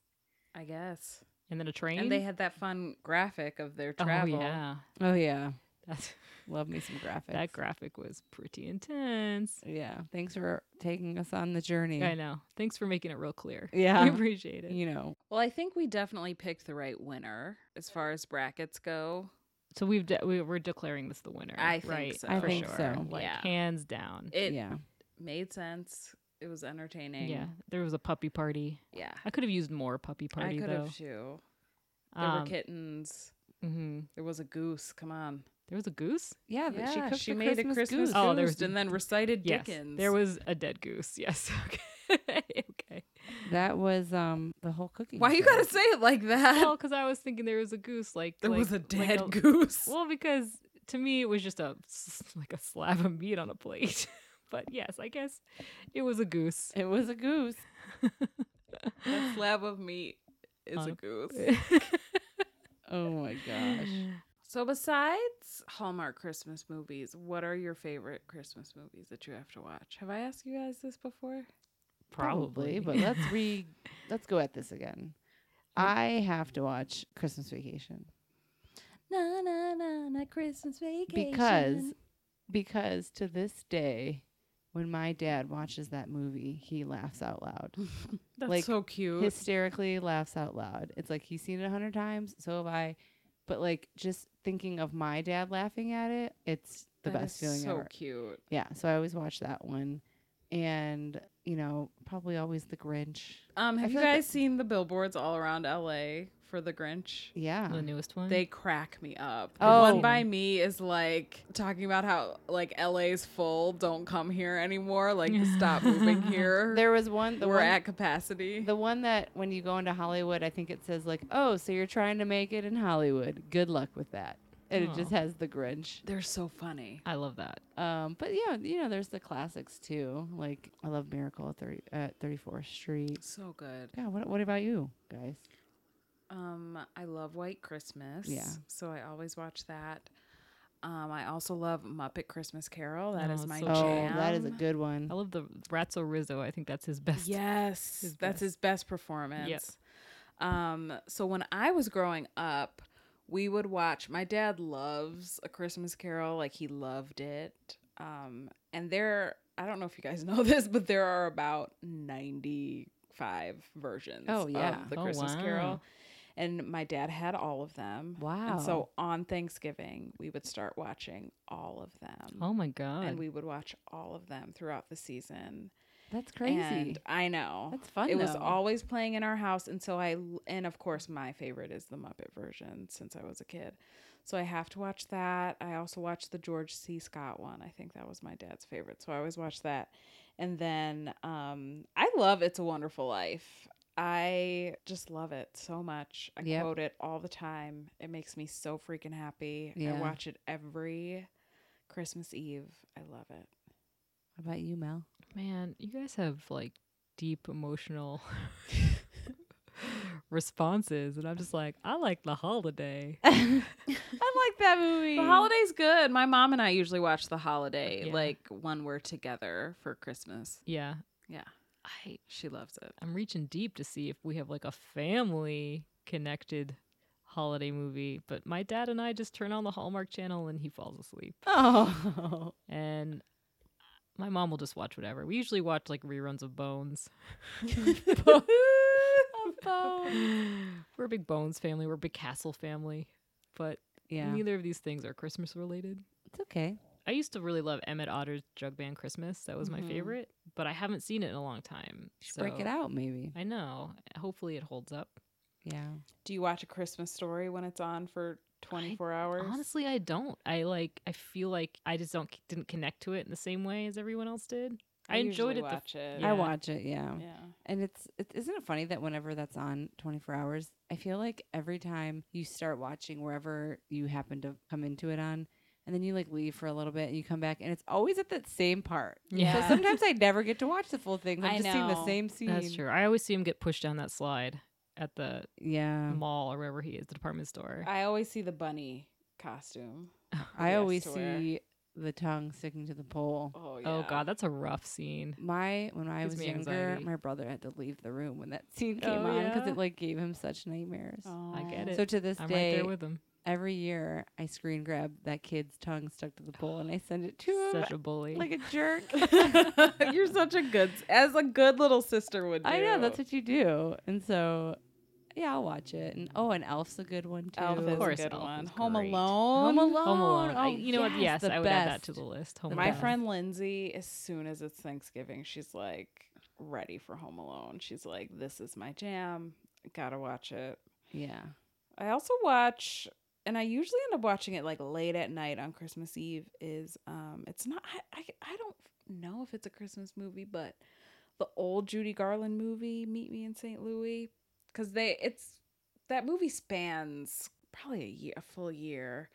I guess. and then a train. And they had that fun graphic of their oh travel. yeah, Oh yeah, That's, love me some graphics. that graphic was pretty intense. yeah, thanks for taking us on the journey. I know. Thanks for making it real clear. Yeah. I appreciate it. You know, Well, I think we definitely picked the right winner as far as brackets go. So we've de- we, we're declaring this the winner. I think right? so. I For think sure. so. Like Yeah. hands down. It yeah, made sense. It was entertaining. yeah, there was a puppy party. Yeah. I could have used more puppy party I could though. have too. There were Um, kittens. mhm. There was a goose. Come on. There was a goose. yeah. but she Yeah, cooked she the made Christmas a Christmas goose. goose, Oh, there was- and then recited Yes, Dickens. there was a dead goose. Yes. Okay. okay. Oh. That was um the whole cooking. Why you show. gotta say it like that? Well, because I was thinking there was a goose. Like there like- was a like dead goose. Well, because to me it was just a s- like a slab of meat on a plate. but yes, I guess it was a goose. It was a goose. That slab of meat is a Um, goose. Oh my gosh. So besides Hallmark Christmas movies, what are your favorite Christmas movies that you have to watch? Have I asked you guys this before? Probably, but let's re let's go at this again. I have to watch Christmas Vacation. Na na na na Christmas Vacation. Because because to this day when my dad watches that movie, he laughs out loud. That's Like, so cute. hysterically laughs out loud. It's like he's seen it a hundred times, so have I. But like just thinking of my dad laughing at it, it's the That best is feeling so ever. cute. Yeah, so I always watch that one, and you know probably always the Grinch. Um, have you feel like guys seen the billboards all around LA for the Grinch? Yeah, the newest one. Ah. They crack me up. The one Oh. by me is like talking about how like LA's full, don't come here anymore, like stop moving here. there was one. The We're one, at capacity. the one that when you go into Hollywood, I think it says like, "Oh, so you're trying to make it in Hollywood. Good luck with that." And it just has the Grinch. They're so funny. I love that. Um, but yeah, you know, there's the classics too. Like I love Miracle at 30, at 34th Street. So good. Yeah. What What about you guys? Um, I love White Christmas. Yeah. So I always watch that. Um, I also love Muppet Christmas Carol. That Oh, is it's my so Oh, jam. that is a good one. I love the Ratzo Rizzo. I think that's his best. Yes, His that's best. his best performance. Um, so when I was growing up, we would watch. My dad loves A Christmas Carol, like he loved it. Um, and there, I don't know if you guys know this, but there are about ninety-five versions. Oh, yeah. of the Oh, Christmas wow. Carol. And my dad had all of them. Wow. And so on Thanksgiving, we would start watching all of them. Oh my god. and we would watch all of them throughout the season. That's crazy. And I know. That's fun, It was though. always playing in our house. And so I, l- and of course, my favorite is the Muppet version since I was a kid. So I have to watch that. I also watched the George C. Scott one. I think that was my dad's favorite. So I always watch that. And then um, I love It's a Wonderful Life. I just love it so much. I Yep. quote it all the time. It makes me so freaking happy. Yeah. I watch it every Christmas Eve. I love it. How about you, Mel? Man, you guys have like deep emotional responses, and I'm just like, I like the holiday. I like that movie. The holiday's good. My mom and I usually watch The Holiday, Yeah. like when we're together for Christmas. yeah, Yeah, I she loves it. I'm reaching deep to see if we have like a family connected holiday movie, but my dad and I just turn on the Hallmark Channel and he falls asleep, Oh, and my mom will just watch whatever. We usually watch like reruns of Bones. We're a big Bones family. We're a big Castle family, but yeah. neither of these things are Christmas related. It's okay. I used to really love Emmett Otter's Jug Band Christmas. That was my favorite, but I haven't seen it in a long time. Just break it so- out, maybe. I know. Hopefully it holds up. Yeah. Do you watch a Christmas story when it's on for 24 hours? Honestly, I don't. I like. I feel like I just don't didn't connect to it in the same way as everyone else did. I, enjoyed usually it. Watch it. yeah. I watch it. Yeah. Yeah. And it's it, isn't it funny that whenever that's on 24 hours, I feel like every time you start watching wherever you happen to come into it on. And then you like leave for a little bit and you come back and it's always at that same part. Yeah. So sometimes I never get to watch the full thing. I'm I just seeing the know. same scene. the, that's true. I always see him get pushed down that slide at the Yeah. mall or wherever he is, the department store. I always see the bunny costume. I Mm-hmm. Yes, always to wear. see the tongue sticking to the pole. Oh, yeah. Oh god, that's a rough scene. My when I Gives was me younger, anxiety. my brother had to leave the room when that scene came Oh, on 'cause on because yeah? it like gave him such nightmares. I get Oh. it. So to this I'm right day, there with him. every year I screen grab that kid's tongue stuck to the pole and I send it to him Such a bully. like a jerk. You're such a good, as a good little sister would do. I know that's what you do, and so yeah, I'll watch it. And oh, and Elf's a good one too. Elf is Of course a good Elf one. is Home great. Alone. Home Alone. Home Alone. I- Oh, you know what? Yes, the I would add that to best. the list. Home My Alone. friend Lindsay, as soon as it's Thanksgiving, she's like ready for Home Alone. She's like, this is my jam. Gotta watch it. Yeah. I also watch, and I usually end up watching it like late at night on Christmas Eve. Is um, it's not. I I, I don't know if it's a Christmas movie, but the old Judy Garland movie, Meet Me in St. Louis, because they it's that movie spans probably a year, a full year.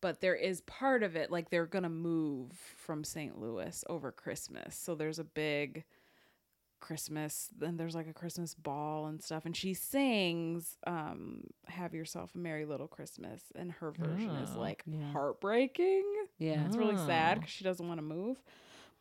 But there is part of it like they're gonna move from St. Louis over Christmas, so there's a big Christmas. Then there's like a Christmas ball and stuff, and she sings um, "Have Yourself a Merry Little Christmas," and her version is Oh, like yeah. heartbreaking. Yeah. It's really sad Oh. because she doesn't want to move.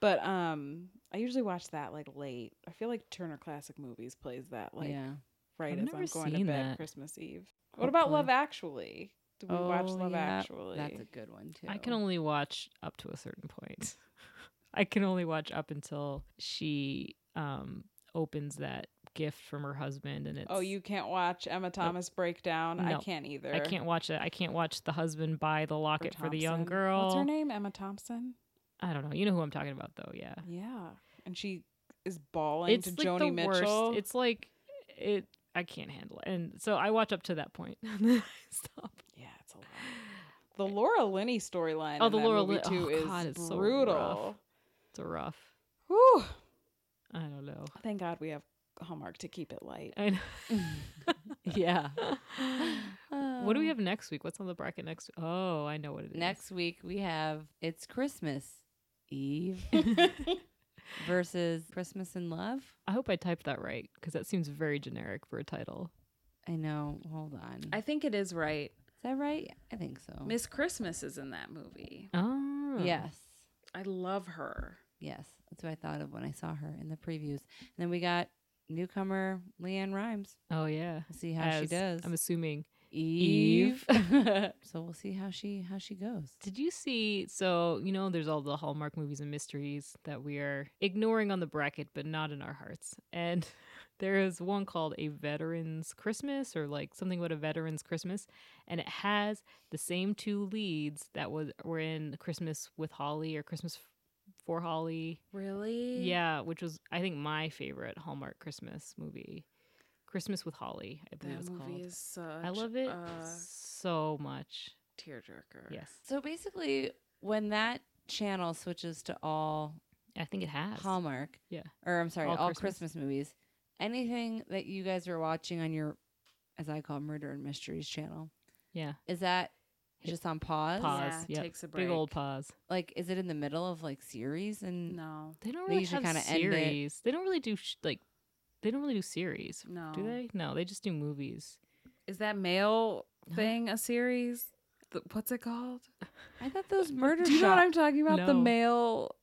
But um, I usually watch that like late. I feel like Turner Classic Movies plays that like yeah. right I've as never I'm going to seen bed that. Christmas Eve. What about Hopefully. Love Actually? Do we watch Oh, Love yeah. Actually? That's a good one too. I can only watch up to a certain point. I can only watch up until she um opens that gift from her husband and it's oh, you can't watch Emma Thomas Breakdown. I No. can't either. I can't watch it. I can't watch the husband buy the Or locket for the young Thompson. girl. What's her name? Emma Thompson. I don't know. You know who I'm talking about though, yeah. Yeah, and she is bawling to Joni Mitchell. worst. It's like it I can't handle it. And so I watch up to that point. And then I stop. yeah, it's a lot. The Laura Linney storyline. Oh, in the that Laura movie Lin- too oh, is God, it's so brutal. It's rough. Whew. I don't know. Thank God we have Hallmark to keep it light. I know. yeah. what do we have next week? What's on the bracket next? Oh, I know what it is. Um, Next week we have It's Christmas Eve versus Christmas in Love. I hope I typed that right because that seems very generic for a title. I know. Hold on. I think it is right. Is that right? I think so. Miss Christmas is in that movie. Oh, Yes. I love her. Yes. That's what I thought of when I saw her in the previews. And then we got newcomer Leanne Rhymes. Oh, yeah. We'll see how she As- does. I'm assuming. Eve. so we'll see how she how she goes. Did you see? So, you know, there's all the Hallmark movies and mysteries that we are ignoring on the bracket, but not in our hearts. And there is one called A Veteran's Christmas or like something about a Veteran's Christmas. And it has the same two leads that was were in Christmas with Holly or Christmas for Holly. Really? Yeah, which was I think my favorite Hallmark Christmas movie, Christmas with Holly. I believe That it's movie called. is such. I love it A so much. tearjerker. Yes, So basically when that channel switches to all I think it has. Hallmark. Yeah. Or I'm sorry, All all, Christmas. Christmas. movies. Anything that you guys are watching on your as I call it, murder and mysteries channel. Yeah, Is that Hit just on pause? Pause. yep. Takes a break. big old pause. Like is it in the middle of like series and No, They don't They really usually have kinda end it. series. They don't really do sh- like. They don't really do series, no. do they? No, they just do movies. Is that male Uh-huh. thing a series? The, what's it called? I thought those murder Do you know what shop- I'm talking about? The No. mail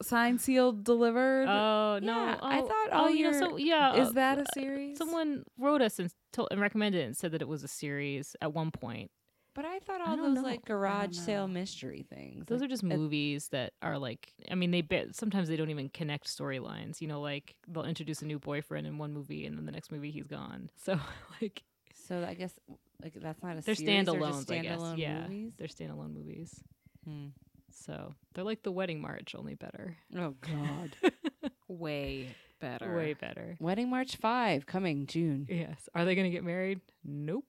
sign sealed delivered. Oh no! Yeah, I oh, thought oh, all you know, your- so, yeah. Is that a uh, series? Someone wrote us and told and recommended it and said that it was a series at one point. But I thought I all don't those know. like garage sale mystery things. Those like, are just at- movies that are like, I mean, they ba- sometimes they don't even connect storylines. You know, like they'll introduce a new boyfriend in one movie, and then the next movie he's gone. So like So I guess like that's not a they're series, they're standalones, just I guess. standalone yeah, movies. they're standalone movies. Hmm. So they're like the Wedding March, only better, Oh God! Way better. way better. Wedding March Five coming June. Yes. Are they gonna get married? Nope.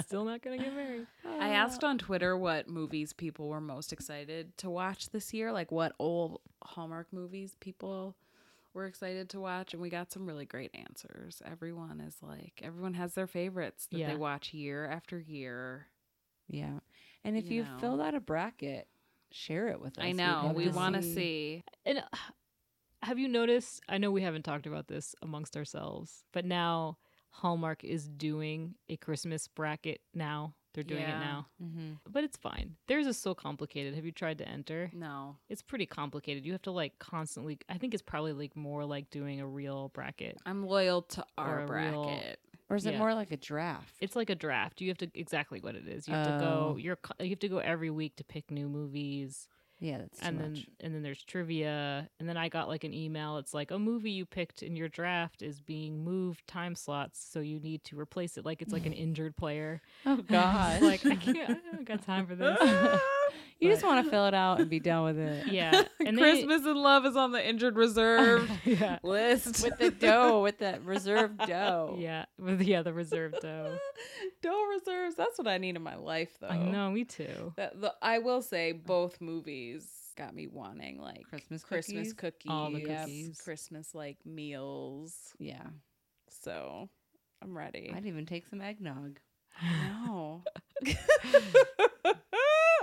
Still not gonna get married. I asked on Twitter what movies people were most excited to watch this year, like what old Hallmark movies people were excited to watch, and we got some really great answers. Everyone is like, everyone has their favorites that Yeah. they watch year after year. Yeah, and if You you have know. filled out a bracket, share it with us. I We'd know. love We to want to see. And uh, have you noticed? I know we haven't talked about this amongst ourselves, but now Hallmark is doing a Christmas bracket now. They're doing Yeah. it now. Mhm. But it's fine. Theirs is so complicated. Have you tried to enter? No. It's pretty complicated. You have to like constantly I think it's probably like more like doing a real bracket. I'm loyal to Or our a real- bracket. Or is it Yeah. more like a draft? It's like a draft. You have to exactly what it is. You have to go Oh. you're co- you have to go every week to pick new movies. yeah, that's too and then much. and then there's trivia and then i got like an email it's like a movie you picked in your draft is being moved time slots so you need to replace it like it's like an injured player Oh God! It's like i can't i don't got time for this you just want to fill it out and be done with it. yeah and they- Christmas in Love is on the injured reserve yeah list. With the dough, with the reserve dough. yeah with yeah the reserve dough Dough reserves. That's what I need in my life, though. Oh. i know me too That, the, I will say both movies got me wanting like Christmas Christmas cookies, All the yes, cookies. Christmas like meals. Yeah, So I'm ready. I'd even take some eggnog. know.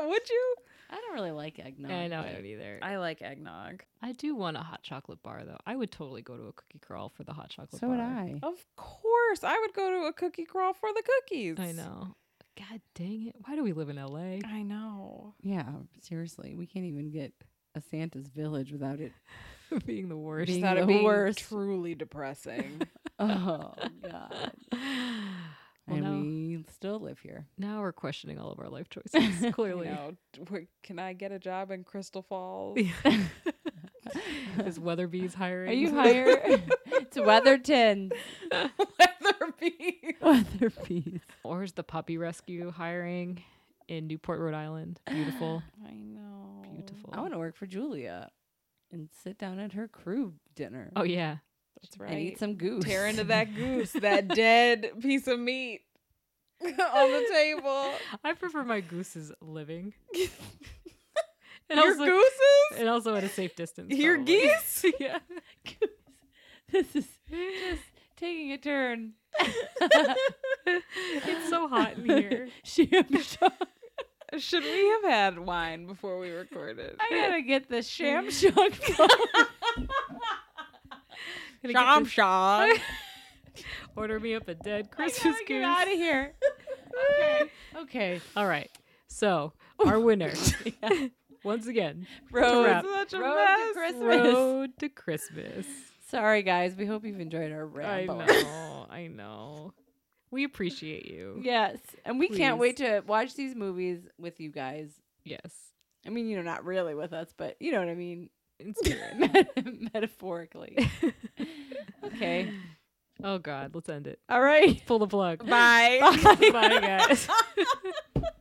Would you? I don't really like eggnog. I know I but don't either. I, I like eggnog. do want a hot chocolate bar though. I would totally go to a cookie crawl for the hot chocolate So bar. would I. Of course, I would go to a cookie crawl for the cookies. I know. God dang it. Why do we live in LA? I know. Yeah, seriously, we can't even get a Santa's village without it. Being the worst. Being That the would be worst. truly depressing. Oh god. Well, and no. we still live here. now we're questioning all of our life choices, you clearly. know, d- w- can I get a job in Crystal Falls? Is Weatherby's hiring? Are you higher? it's Weatherton. Weatherby. Weatherbees. Or is the puppy rescue hiring in Newport, Rhode Island? Beautiful. I know. Beautiful. I want to work for Julia and sit down at her crew dinner Oh yeah. That's and right. eat some goose. Tear into that goose, that dead piece of meat on the table. I prefer my gooses living. and Your also, gooses? And also at a safe distance. Your probably. geese? yeah. this is just taking a turn. It's so hot in here. She Should we have had wine before we recorded? I gotta get the sham shock. Gonna get Sham this- sham. Order me up a dead Christmas goose. out of here. Okay. All right. So our winner, once again, Road. wrap. Such a Road mess. to Christmas. road to Christmas. Sorry guys, we hope you've enjoyed our I ramble. know. I know. We appreciate you. Yes, and we can't Please. wait to watch these movies with you guys. Yes. I mean, you know, not really with us, but you know what I mean, In spirit. metaphorically. okay. oh God. Let's end it. All right. Pull the plug. Bye. Bye guys.